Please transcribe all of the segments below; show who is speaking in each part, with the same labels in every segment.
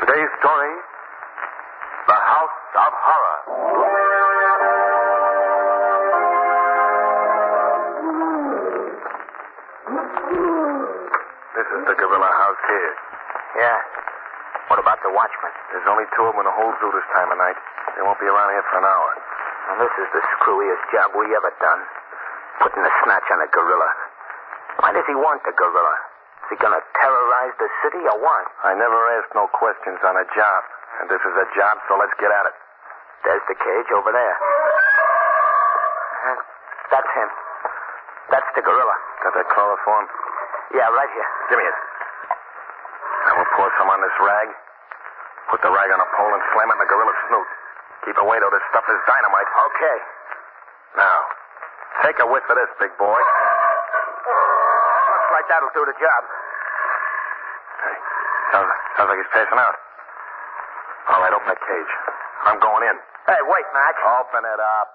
Speaker 1: Today's story The House of Horror. This is the gorilla house here.
Speaker 2: Yeah. What about the watchman?
Speaker 1: There's only two of them in the whole zoo this time of night. They won't be around here for an hour.
Speaker 2: Well, this is the screwiest job we ever done. Putting the snatch on a gorilla. Why does he want the gorilla? Is he gonna terrorize the city or what?
Speaker 1: I never ask no questions on a job. And this is a job, so let's get at it.
Speaker 2: There's the cage over there. Uh, that's him. That's the gorilla.
Speaker 1: Got that chloroform?
Speaker 2: Yeah, right here.
Speaker 1: Give me it. I will pour some on this rag. Put the rag on a pole and slam it in the gorilla's snoot. Keep away, though. This stuff is dynamite.
Speaker 2: Okay.
Speaker 1: Now, take a whiff of this, big boy.
Speaker 2: Looks like that'll do the job.
Speaker 1: Hey, sounds, sounds like he's passing out. All right, open the cage. I'm going in.
Speaker 2: Hey, wait, Mac.
Speaker 1: Open it up.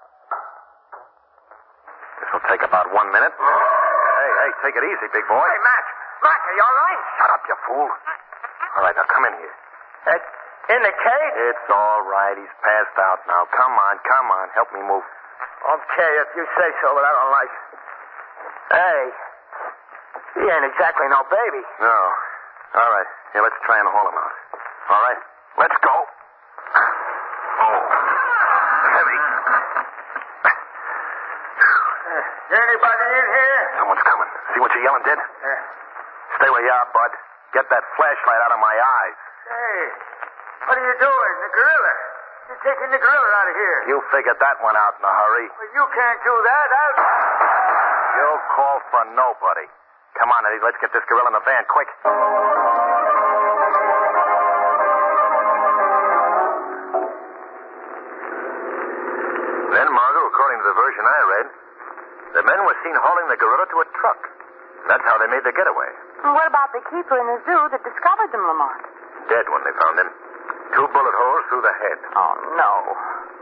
Speaker 1: This will take about one minute. Hey, hey, take it easy, big boy.
Speaker 2: Hey, Mac. Mac, are you all right?
Speaker 1: Shut up, you fool. All right, now come in here.
Speaker 2: Uh, in the cage?
Speaker 1: It's all right. He's passed out now. Come on, come on. Help me move.
Speaker 2: Okay, if you say so, but I don't like it. Hey, he ain't exactly no baby.
Speaker 1: No. All right. Here, let's try and haul him out. All right. Let's go. Oh. Heavy.
Speaker 2: Eh, Anybody in here?
Speaker 1: Someone's coming. See what you're yelling did?
Speaker 2: Eh.
Speaker 1: Stay where you are, bud. Get that flashlight out of my eyes.
Speaker 2: Hey, what are you doing? The gorilla. You're taking the gorilla out of here.
Speaker 1: You figured that one out in a hurry.
Speaker 2: Well, you can't do that. I'll...
Speaker 1: You call for nobody. Come on, Eddie. Let's get this gorilla in the van quick. Then, Margot, according to the version I read, the men were seen hauling the gorilla to a truck. That's how they made the getaway.
Speaker 3: And What about the keeper in the zoo that discovered them, Lamont?
Speaker 1: Dead when they found him. Two bullet holes through the head.
Speaker 3: Oh, no.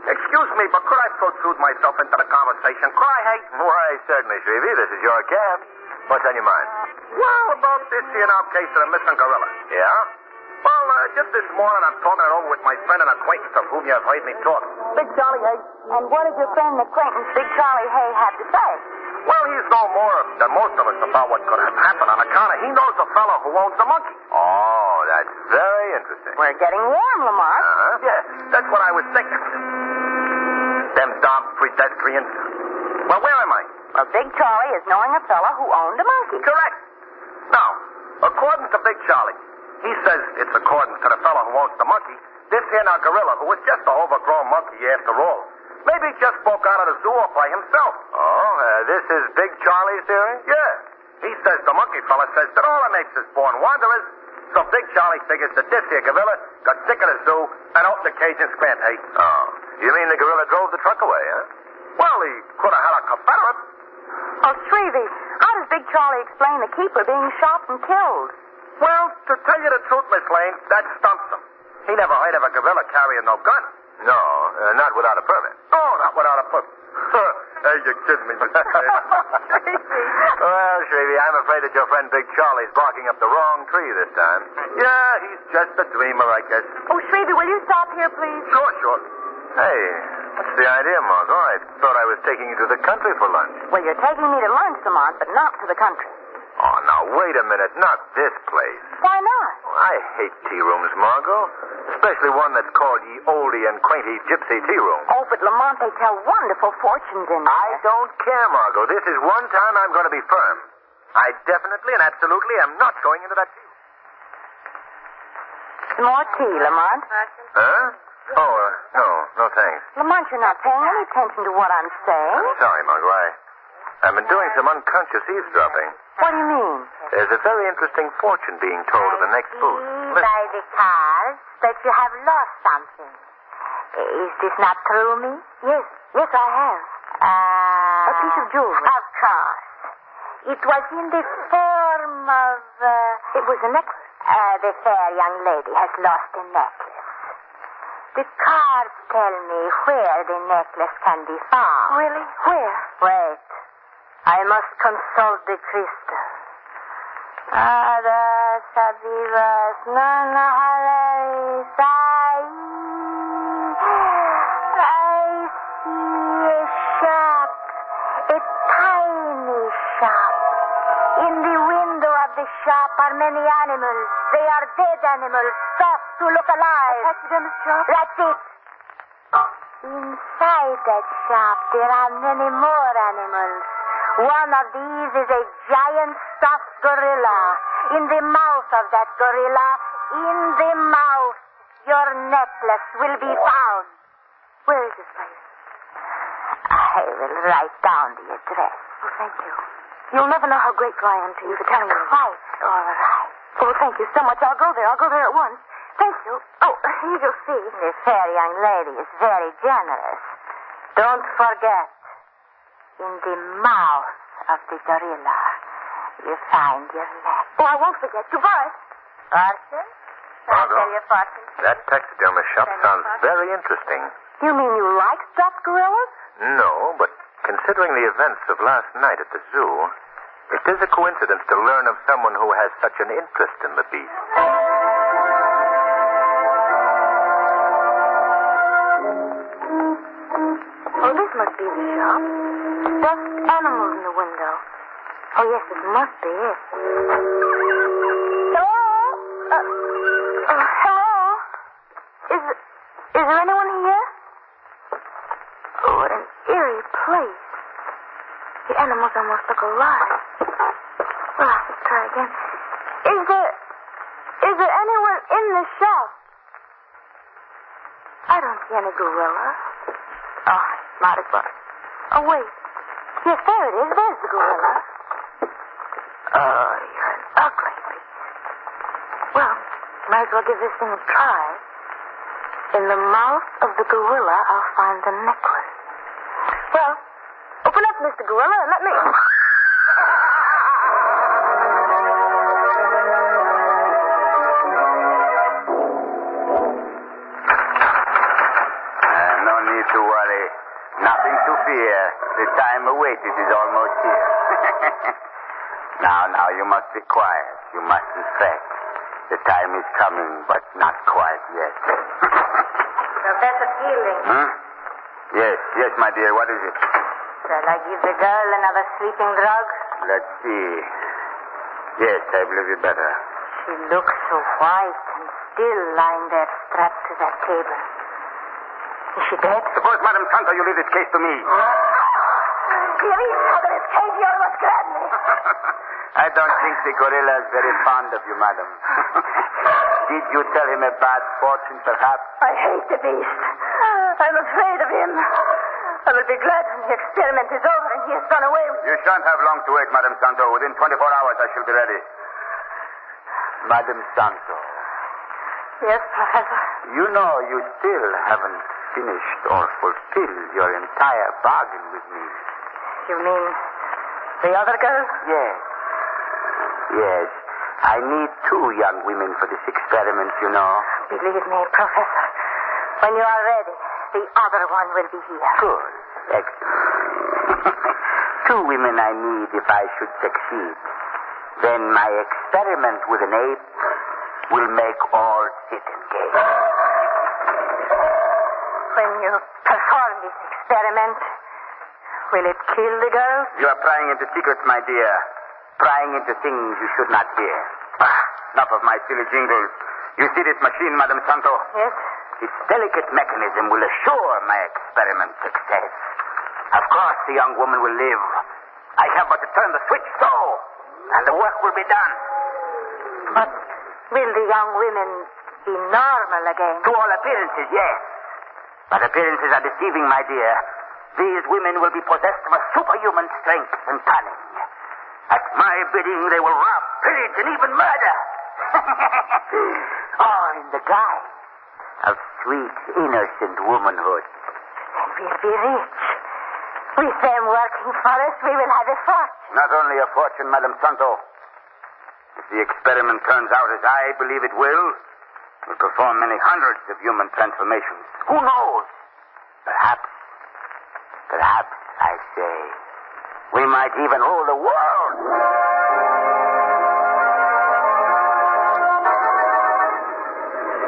Speaker 1: Excuse me, but could I protrude myself into the conversation? Could I, hey? Why, certainly, Shrevey. This is your cab. What's on your mind? Well, about this here now case of the missing gorilla. Yeah? Well, uh, just this morning I'm talking it over with my friend and acquaintance of whom you have heard me talk.
Speaker 3: Big Charlie Hay. And what did your friend and acquaintance, Big Charlie Hay, have to say?
Speaker 1: Well, he's no more than most of us about what could have happened on account of he knows the fellow who owns the monkey. Oh, that's very interesting.
Speaker 3: We're getting warm, Lamont.
Speaker 1: Uh-huh. Yeah, that's what I was thinking. Them darn Uh, pedestrians. Well, where am I?
Speaker 3: Well, Big Charlie is knowing a fella who owned a monkey.
Speaker 1: Correct. Now, according to Big Charlie, he says it's according to the fellow who owns the monkey, this here now gorilla, who was just a overgrown monkey after all, maybe just spoke out of the zoo all by himself. Oh, uh, this is Big Charlie's theory? Yeah. He says the monkey fella says that all the apes is born wanderers, so Big Charlie figures that this here gorilla got sick of the zoo and opened the cage and spent eight. Oh. You mean the gorilla drove the truck away, huh? Well, he could have had a confederate.
Speaker 3: Oh, Shrevey, how does Big Charlie explain the keeper being shot and killed?
Speaker 1: Well, to tell you the truth, Miss Lane, that stumps him. He never heard of a gorilla carrying no gun. No, uh, not without a permit. Oh, not without a permit. Hey, you're kidding me, Miss Lane. well, Shrevey, I'm afraid that your friend Big Charlie's barking up the wrong tree this time. Yeah, he's just a dreamer, I guess.
Speaker 3: Oh, Shrevey, will you stop here, please?
Speaker 1: Sure, sure. Hey, what's the idea, Margot? I thought I was taking you to the country for lunch.
Speaker 3: Well, you're taking me to lunch, Lamont, but not to the country.
Speaker 1: Oh, now, wait a minute. Not this place.
Speaker 3: Why not?
Speaker 1: Oh, I hate tea rooms, Margot. Especially one that's called ye oldie and quainty gypsy tea room.
Speaker 3: Oh, but Lamont, they tell wonderful fortunes
Speaker 1: I
Speaker 3: in there.
Speaker 1: don't care, Margot. This is one time I'm going to be firm. I definitely and absolutely am not going into that tea room.
Speaker 3: Some more tea, Lamont.
Speaker 1: Huh? Oh, uh, no. No, thanks.
Speaker 3: Lamont, you're not paying any attention to what I'm saying.
Speaker 1: I'm sorry, Margot. I, I've been doing some unconscious eavesdropping.
Speaker 3: What do you mean?
Speaker 1: There's a very interesting fortune being told in the next booth. Listen.
Speaker 4: by the cards that you have lost something. Is this not true, me?
Speaker 3: Yes, yes, I have.
Speaker 4: Ah.
Speaker 3: A piece of jewelry.
Speaker 4: Of course. It was in the form of. Uh,
Speaker 3: It was a necklace.
Speaker 4: uh, the fair young lady has lost a necklace. The cards tell me where the necklace can be found.
Speaker 3: Really? Where?
Speaker 4: Wait. I must consult the crystal. Adas abivas nana halaris
Speaker 3: are many animals. They are dead animals, soft to look alive.
Speaker 1: Taxidermist shop?
Speaker 3: That's it. Inside that shop, there are many more animals. One of these is a giant stuffed gorilla. In the mouth of that gorilla, in the mouth, your necklace will be found.
Speaker 1: Where is this place?
Speaker 3: I will write down the address.
Speaker 1: Oh, thank you. You'll never know how grateful I am to you for telling me.
Speaker 3: Quite all right.
Speaker 1: Oh, thank you so much. I'll go there. I'll go there at once. Thank you. Oh, you will see.
Speaker 3: The fair young lady is very generous. Don't forget, in the mouth of the gorilla, you find your neck.
Speaker 1: Oh, I won't forget. Goodbye.
Speaker 3: Arthur? Can I
Speaker 2: Margot?
Speaker 3: tell you a fortune?
Speaker 2: That taxidermist shop sounds very interesting.
Speaker 1: You mean you like stuffed gorillas?
Speaker 2: No, but considering the events of last night at the zoo, it is a coincidence to learn of someone who has such an interest in the beast.
Speaker 1: Oh, this must be the shop. Stuffed animals in the window. Oh, yes, this must be it. Hello? Uh, uh, hello? Is, is there anyone here? Oh, what an eerie place. The animals almost look alive. Well, I'll just try again. Is there, is there anyone in the shop? I don't see any gorilla. Oh, might as well. Oh, wait. Yes, there it is. There's the gorilla. Oh, you're an ugly beast. Well, might as well give this thing a try. In the mouth of the gorilla, I'll find the necklace. Well, open up, Mr. Gorilla, and let me.
Speaker 2: Uh, no need to worry. Nothing to fear. The time awaited is almost here. now, now, you must be quiet. You must reflect. The time is coming, but not quite yet.
Speaker 3: Professor Keeling,
Speaker 2: hmm? Yes, yes, my dear. What is it?
Speaker 3: shall I give the girl another sleeping drug?
Speaker 2: Let's see. Yes, I believe you better.
Speaker 3: She looks so white and still lying there strapped to that table. Is she dead?
Speaker 2: Suppose, Madam Tonto, you leave this case to me.
Speaker 3: Please, Mother, it's Katie, you must grab me.
Speaker 2: I don't think the gorilla is very fond of you, madam. Did you tell him a bad fortune, perhaps?
Speaker 3: I hate the beast. I'm afraid of him. I will be glad when the experiment is over and he has gone away with
Speaker 2: You shan't have long to wait, Madam Santo. Within 24 hours, I shall be ready. Madam Santo,
Speaker 3: Yes, Professor.
Speaker 2: you know you still haven't finished or fulfilled your entire bargain with me.
Speaker 3: You mean the other girl?
Speaker 2: Yes. Yes. I need two young women for this experiment, you know.
Speaker 3: Believe me, Professor. When you are ready, the other one will be here.
Speaker 2: Good. Excellent. two women I need if I should succeed. Then my experiment with an ape will make all sit engaged.
Speaker 3: When you perform this experiment, will it kill the girl?
Speaker 2: You are prying into secrets, my dear. Prying into things you should not hear. Ah, enough of my silly jingles. You see this machine, Madam Santo?
Speaker 3: Yes.
Speaker 2: Its delicate mechanism will assure my experiment success. Of course, the young woman will live. I have but to turn the switch so, and the work will be done.
Speaker 3: But will the young women be normal again?
Speaker 2: To all appearances, yes. But appearances are deceiving, my dear. These women will be possessed of a superhuman strength and cunning. At my bidding, they will rob, pillage, and even murder. all in the guise of sweet, innocent womanhood.
Speaker 3: We'll be rich. With them working for us, we will have a fortune.
Speaker 2: Not only a fortune, Madam Santo. If the experiment turns out as I believe it will, we'll perform many hundreds of human transformations. Who knows? Perhaps, perhaps, I say, we might even rule the world.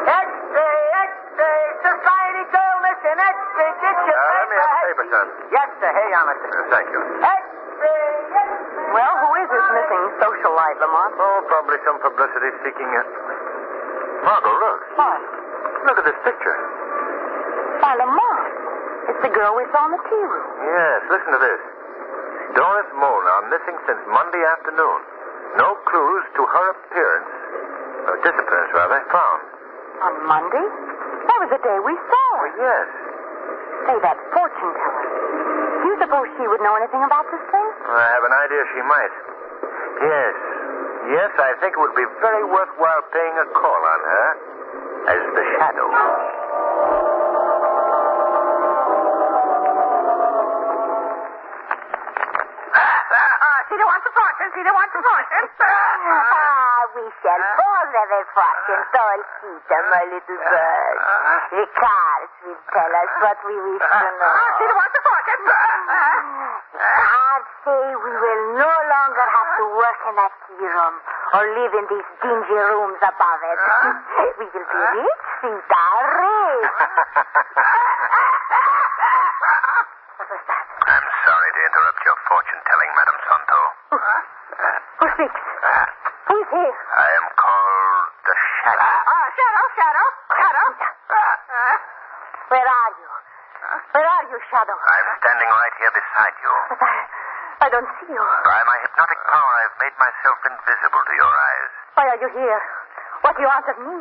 Speaker 3: X-ray, X-ray, society girl mission, X-ray, get your
Speaker 1: Uh,
Speaker 2: let me have a paper, sir.
Speaker 3: Yes, sir, here you are, Mr.
Speaker 2: thank you.
Speaker 3: X-ray, X-ray.
Speaker 5: Well, who is this missing socialite, Lamont?
Speaker 1: Oh, probably some publicity seeking it. Margot, look.
Speaker 5: What?
Speaker 1: Look at this picture.
Speaker 5: Why, Lamont. It's the girl we saw in the tea room.
Speaker 1: Yes, listen to this. Doris Molnar missing since Monday afternoon. No clues to her appearance, or disappearance rather, found. Oh,
Speaker 5: On Monday? That was the day we saw her.
Speaker 1: Yes.
Speaker 5: Say, that fortune teller. Do you suppose she would know anything about this thing?
Speaker 1: I have an idea she might. Yes. Yes, I think it would be very worthwhile paying a call on her as the shadow.
Speaker 6: Uh, Cedar wants a fortune. Cedar wants a fortune. Uh,
Speaker 4: Ah, we shall both have a fortune. Don't eat them, my little bird. The cards will tell us what we
Speaker 6: uh,
Speaker 4: wish to know.
Speaker 6: Cedar wants a fortune. Uh,
Speaker 4: I'd say we will no longer have to work in that tea room or live in these dingy rooms above it. We will be rich, Sita, rich. What was that?
Speaker 1: I'm sorry to interrupt your fortune telling, Madam Santo.
Speaker 5: Who speaks? Who's here?
Speaker 1: I am called the Shadow.
Speaker 6: Ah, shadow, shadow, shadow.
Speaker 5: Where are you? Where are you, Shadow?
Speaker 1: I'm standing right here beside you.
Speaker 5: But I, I don't see you.
Speaker 1: By my hypnotic power, I've made myself invisible to your eyes.
Speaker 5: Why are you here? What do you want of me?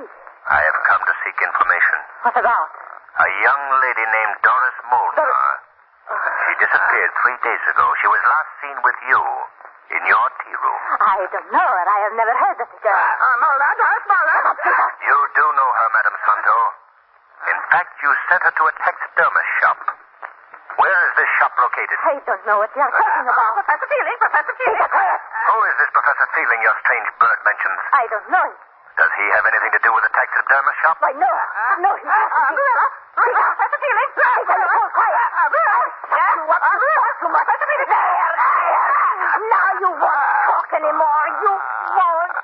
Speaker 1: I have come to seek information.
Speaker 5: What about?
Speaker 1: A young lady named Doris Molnar. She disappeared three days ago. She was last seen with you in your tea room.
Speaker 5: I don't know her. I have never heard of the girl.
Speaker 6: Uh, Mulder, Doris Mulder.
Speaker 1: You do know her, Madam Santo. In fact, you sent her to a taxidermist shop. Where is this shop located?
Speaker 5: I don't know what you are talking about.
Speaker 6: Professor Feeling, Professor Feeling.
Speaker 1: Who is this Professor Feeling your strange bird mentions?
Speaker 5: I don't know him.
Speaker 1: Does he have anything to do with the taxidermist shop?
Speaker 5: Why, no. No, he
Speaker 6: Uh,
Speaker 5: doesn't.
Speaker 6: Glilla. Professor Feeling. Glilla.
Speaker 5: Oh, quiet.
Speaker 6: Uh, Glilla. Yeah. Uh, Glilla. Professor Feeling.
Speaker 5: Now you won't talk anymore. You won't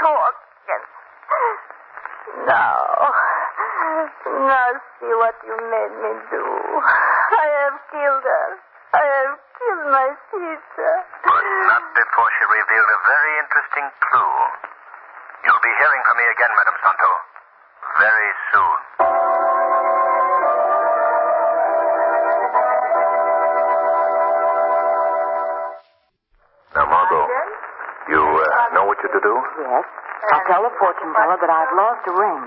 Speaker 5: talk. No. Now see what you made me do. I have killed her. I have killed my sister.
Speaker 1: But not before she revealed a very interesting clue. You'll be hearing from me again, Madam Santo. Very soon. Now, Margot, you uh, know what you're to do?
Speaker 5: Yes. I'll tell the fortune teller that I've lost a ring.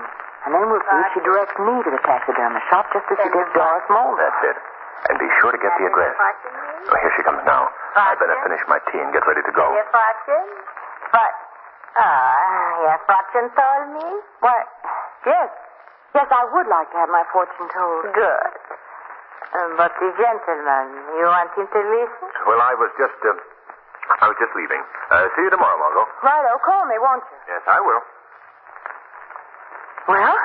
Speaker 5: And then we'll see if she directs me to the taxidermist shop just as she did Doris Mulder.
Speaker 1: That's it. And be sure to get the address. Oh, here she comes now. I better finish my tea and get ready to go.
Speaker 3: Your fortune? But, ah, your fortune told me?
Speaker 5: Why, yes. Yes, I would like to have my fortune told.
Speaker 3: Good. Uh, But the gentleman, you want him to listen?
Speaker 1: Well, I was just, uh, I was just leaving. Uh, see you tomorrow, Margot.
Speaker 5: Righto, call me, won't you?
Speaker 1: Yes, I will.
Speaker 5: Well,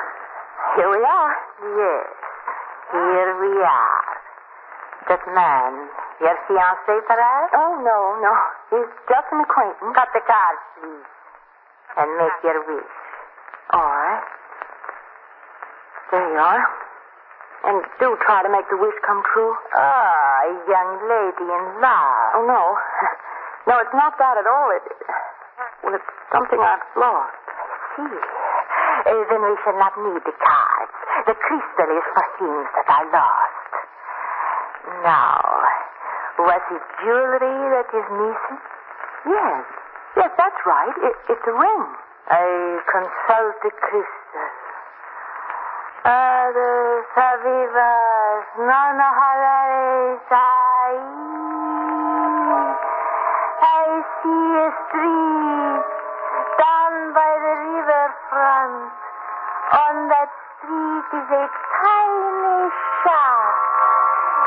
Speaker 5: here we are.
Speaker 3: Yes. Here we are. That man, your fiancé, perhaps?
Speaker 5: Oh, no, no. He's just an acquaintance.
Speaker 3: Cut the cards, please. And make your wish.
Speaker 5: All right. There you are. And do try to make the wish come true.
Speaker 3: Ah, a young lady in love.
Speaker 5: Oh, no. No, it's not that at all. It, well, it's something I've lost.
Speaker 3: see. Uh, then we shall not need the cards. The crystal is for things that are lost. Now, was it jewelry that is missing?
Speaker 5: Yes. Yes, that's right. It, it's a ring.
Speaker 3: I consult the crystal. Ad savivas non halares ai. I see a street down by the river front. On that street is a tiny shop.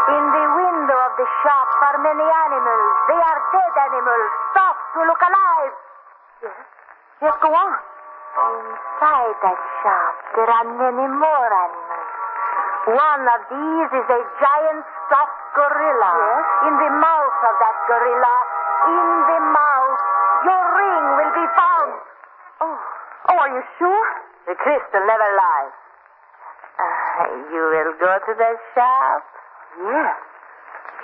Speaker 3: In the window of the shop are many animals. They are dead animals. Stop to look alive.
Speaker 5: Yes, go on.
Speaker 3: Inside that shop, there are many more animals. One of these is a giant stuffed gorilla.
Speaker 5: Yes?
Speaker 3: In the mouth of that gorilla, in the mouth, your ring will be found.
Speaker 5: Oh. Oh, are you sure?
Speaker 3: The crystal never lies. Uh, you will go to that shop?
Speaker 5: Yes.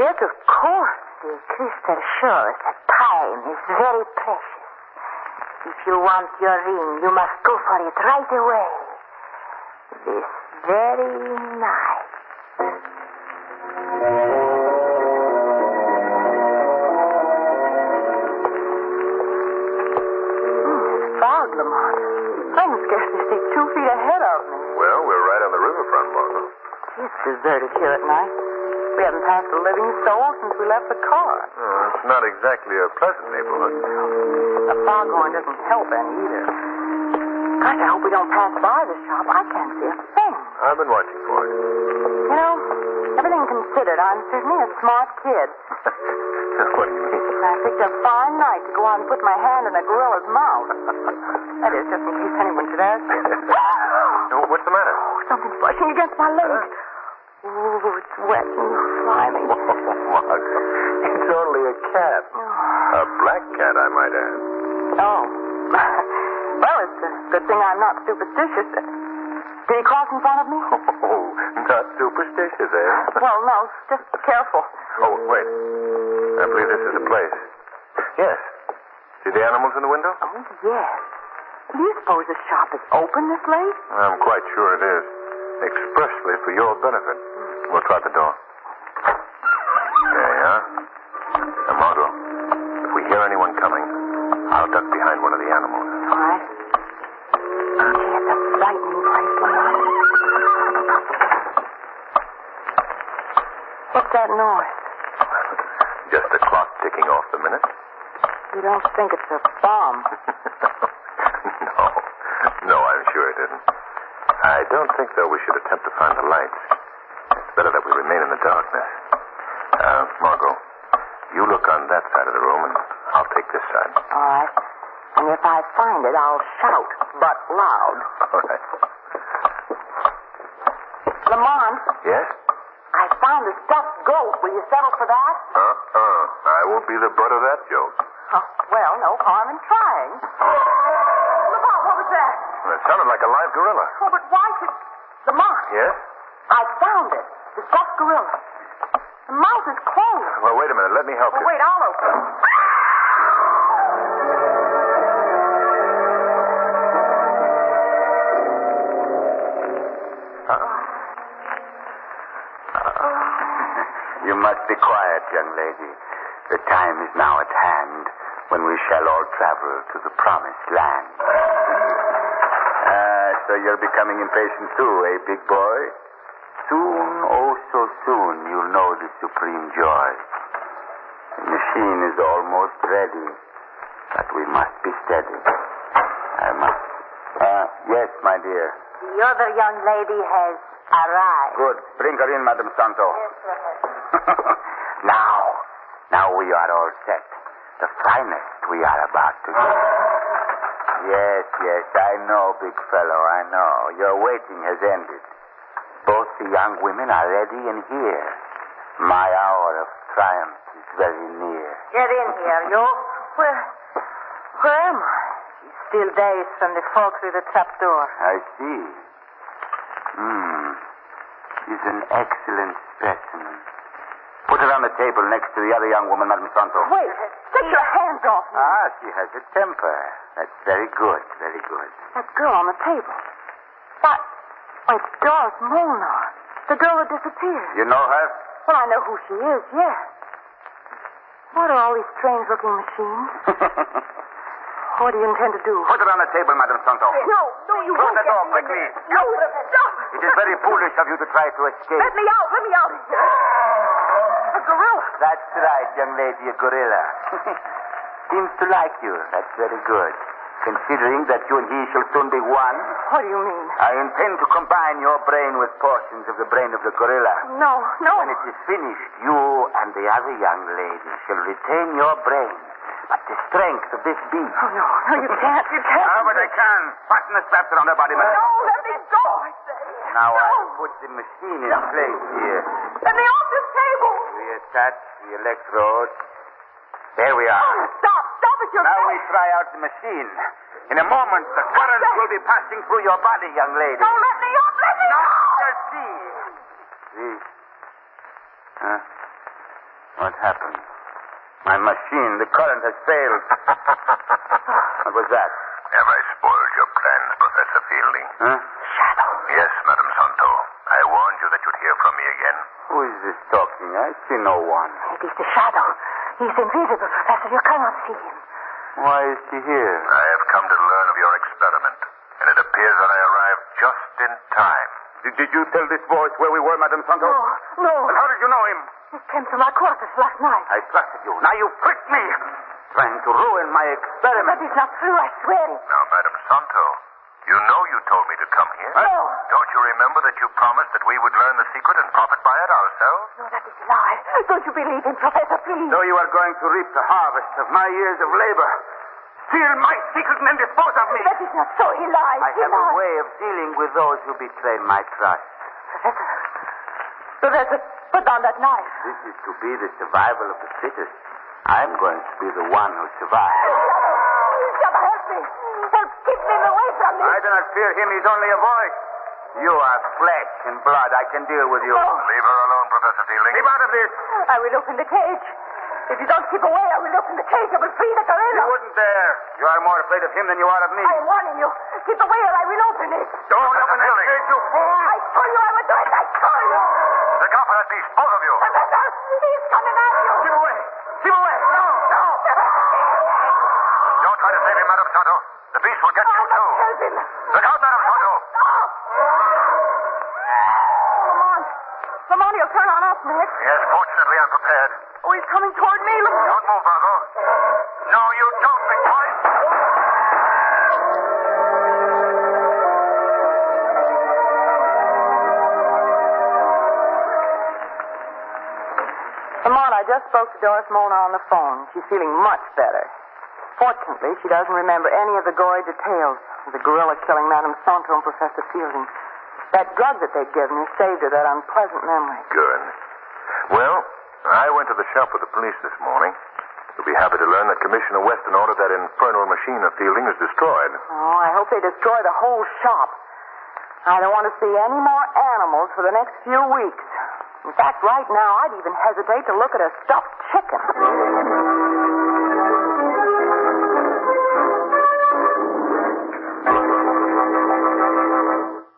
Speaker 5: Yes, of course.
Speaker 3: the crystal shows that time is very precious. If you want your ring, you must go for it right away. This very night.
Speaker 5: Fog, Lamont. I can scarcely see two feet ahead of me.
Speaker 1: Well, we're right on the riverfront, Margot.
Speaker 5: It's deserted here at night. We haven't passed a living soul since we left the car.
Speaker 1: Oh, it's not exactly a pleasant neighborhood.
Speaker 5: A foghorn doesn't help any either. Gosh, I hope we don't pass by this shop. I can't see a thing.
Speaker 1: I've been watching for you.
Speaker 5: You know, everything considered, I'm certainly a smart kid.
Speaker 1: what do you mean?
Speaker 5: I picked a fine night to go out and put my hand in a gorilla's mouth. That is, just in case anyone should ask me.
Speaker 1: Oh, What's the matter?
Speaker 5: Something's brushing against my leg. Ooh, it's wet and slimy.
Speaker 1: Oh, Margot, it's only a cat. A black cat, I might add.
Speaker 5: Oh. well, it's a good thing I'm not superstitious. Did he cross in front of me?
Speaker 1: Oh, not superstitious, eh?
Speaker 5: Well, no, just careful.
Speaker 1: Oh, wait. I believe this is the place. Yes. See the animals in the window?
Speaker 5: Oh, yes. Do you suppose the shop is open this late?
Speaker 1: I'm quite sure it is. Expressly for your benefit. We'll try the door. There you are. Now, Margot, if we hear anyone coming, I'll duck behind one of the animals.
Speaker 5: All right. Gee, it's a frightening place, Lamont. What's that noise?
Speaker 1: Just the clock ticking off the minute.
Speaker 5: You don't think it's a bomb?
Speaker 1: no. No, I'm sure it isn't. I don't think, though, we should attempt to find the lights. It's better that we remain in the darkness. Uh, Margot, you look on that side of the room, and I'll take this side.
Speaker 5: All right. And if I find it, I'll shout, but loud.
Speaker 1: All right.
Speaker 5: Lamont,
Speaker 1: Yes?
Speaker 5: I found a stuffed goat. Will you settle for that?
Speaker 1: Uh-uh. I won't be the butt of that joke.
Speaker 5: Oh, well, no harm in trying. Lamont, what was that?
Speaker 1: It sounded like a live gorilla.
Speaker 5: Oh, but why should... Lamont,
Speaker 1: Yes?
Speaker 5: I found it. The stuffed gorilla. The mouth is closed.
Speaker 1: Well, wait a minute. Let me help
Speaker 5: Well,
Speaker 1: you.
Speaker 5: wait, I'll open it.
Speaker 2: You must be quiet, young lady. The time is now at hand when we shall all travel to the promised land. Ah, so you're becoming impatient too, eh, big boy? Soon, oh so soon, you'll know the supreme joy. The machine is almost ready, but we must be steady. I must. Ah, yes, my dear.
Speaker 4: The other young lady has arrived.
Speaker 2: Good. Bring her in, Madame Santo. now, now we are all set. The finest we are about to get. Yes, yes, I know, big fellow, I know. Your waiting has ended. Both the young women are ready and here. My hour of triumph is very near.
Speaker 5: Get in here, you. Where... Where am I? Still dazed from the fall through the trap door.
Speaker 2: I see. Hmm. She's an excellent specimen. Put her on the table next to the other young woman, Madame Santo.
Speaker 5: Wait, take your hands off me.
Speaker 2: Ah, she has a temper. That's very good, very good.
Speaker 5: That girl on the table. That. Wait, Doris Molnar. The girl that disappeared.
Speaker 2: You know her?
Speaker 5: Well, I know who she is, yes. What are all these strange looking machines? What do you intend to do?
Speaker 2: Put her on the table, Madame Santo.
Speaker 5: No, no, you
Speaker 2: Close the
Speaker 5: get
Speaker 2: door
Speaker 5: me in
Speaker 2: quickly.
Speaker 5: there. No, no.
Speaker 2: It is very foolish of you to try to escape.
Speaker 5: Let me out, let me out of here. A gorilla.
Speaker 2: That's right, young lady, a gorilla. Seems to like you. That's very good. Considering that you and he shall soon be one,
Speaker 5: What do you mean?
Speaker 2: I intend to combine your brain with portions of the brain of the gorilla.
Speaker 5: No, no.
Speaker 2: When it is finished, you and the other young lady shall retain your brain, but the strength of this beast.
Speaker 5: Oh, no, no, you can't, you can't.
Speaker 2: but I can. Fasten the straps around her body, man.
Speaker 5: No, let me go, I say.
Speaker 2: Now
Speaker 5: no.
Speaker 2: I'll put the machine in place here.
Speaker 5: Let me off this table.
Speaker 2: We attach the electrodes. There we are.
Speaker 5: Oh, stop, stop it, you're
Speaker 2: Now we try out the machine. In a moment, the current will be passing through your body, young lady.
Speaker 5: Don't let me up, let me
Speaker 2: Now
Speaker 5: out.
Speaker 2: we shall see. See? Huh? Hmm? What happened? My machine, the current has failed. what was that?
Speaker 1: Have I spoiled your plans, Professor Fielding?
Speaker 2: Huh?
Speaker 1: Yes, Madame Santo. I warned you that you'd hear from me again.
Speaker 2: Who is this talking? I see no one.
Speaker 5: It is the shadow. He's invisible, Professor. You cannot see him.
Speaker 2: Why is she here?
Speaker 1: I have come to learn of your experiment, and it appears that I arrived just in time.
Speaker 2: Did, did you tell this voice where we were, Madame Santos?
Speaker 5: No, no.
Speaker 2: Then how did you know him?
Speaker 5: He came to my quarters last night.
Speaker 2: I trusted you. Now you prick me. Trying to ruin my
Speaker 5: That
Speaker 2: experiment.
Speaker 5: is not true, I swear it.
Speaker 1: Now, Madame Santo, you know you told me to come here.
Speaker 5: No.
Speaker 1: Don't you remember that you promised that we would learn the secret and profit by it ourselves?
Speaker 5: No, that is a lie. Don't you believe him, Professor, please.
Speaker 2: So you are going to reap the harvest of my years of labor. Steal my secret and dispose of me.
Speaker 5: That is not so. He lies.
Speaker 2: I
Speaker 5: he
Speaker 2: have a
Speaker 5: lies.
Speaker 2: way of dealing with those who betray my trust.
Speaker 5: Professor, Professor, put down that knife.
Speaker 2: This is to be the survival of the fittest. I'm going to be the one who survives.
Speaker 5: Shadow, help me. Help keep him away from me.
Speaker 2: I do not fear him. He's only a voice. You are flesh and blood. I can deal with you.
Speaker 1: Leave her alone, Professor Fielding.
Speaker 2: Keep out of this.
Speaker 5: I will open the cage. If you don't keep away, I will open the cage. I will free the
Speaker 2: You
Speaker 5: gorilla.
Speaker 2: wouldn't dare. You are more afraid of him than you are of me.
Speaker 5: I am warning you. Keep away or I will open it.
Speaker 2: Don't open that cage, you fool.
Speaker 5: I told you I would do it. I told you.
Speaker 1: The governor has these, both of you.
Speaker 5: Professor, he's coming at you.
Speaker 2: Keep away. Keep away. No, no.
Speaker 1: Don't try to save him, Madame Santo. The beast will get
Speaker 5: I
Speaker 1: you,
Speaker 5: must
Speaker 1: too.
Speaker 5: help him.
Speaker 1: Look out, Madame Santo.
Speaker 5: Come on. Come on, he'll turn on us, Max.
Speaker 1: Yes, fortunately, I'm prepared.
Speaker 5: Oh, he's coming toward me. Look.
Speaker 1: Don't move, Margot. No, you don't, McCoy.
Speaker 7: Lamont, I just spoke to Doris Mona on the phone. She's feeling much better. Fortunately, she doesn't remember any of the gory details of the gorilla killing Madame Santo and Professor Fielding. That drug that they'd given her saved her that unpleasant memory.
Speaker 1: Good. Well, I went to the shop with the police this morning. You'll be happy to learn that Commissioner Weston ordered that infernal machine of Fielding is destroyed.
Speaker 7: Oh, I hope they destroy the whole shop. I don't want to see any more animals for the next few weeks. In fact, right now, I'd even hesitate to look at a stuffed chicken.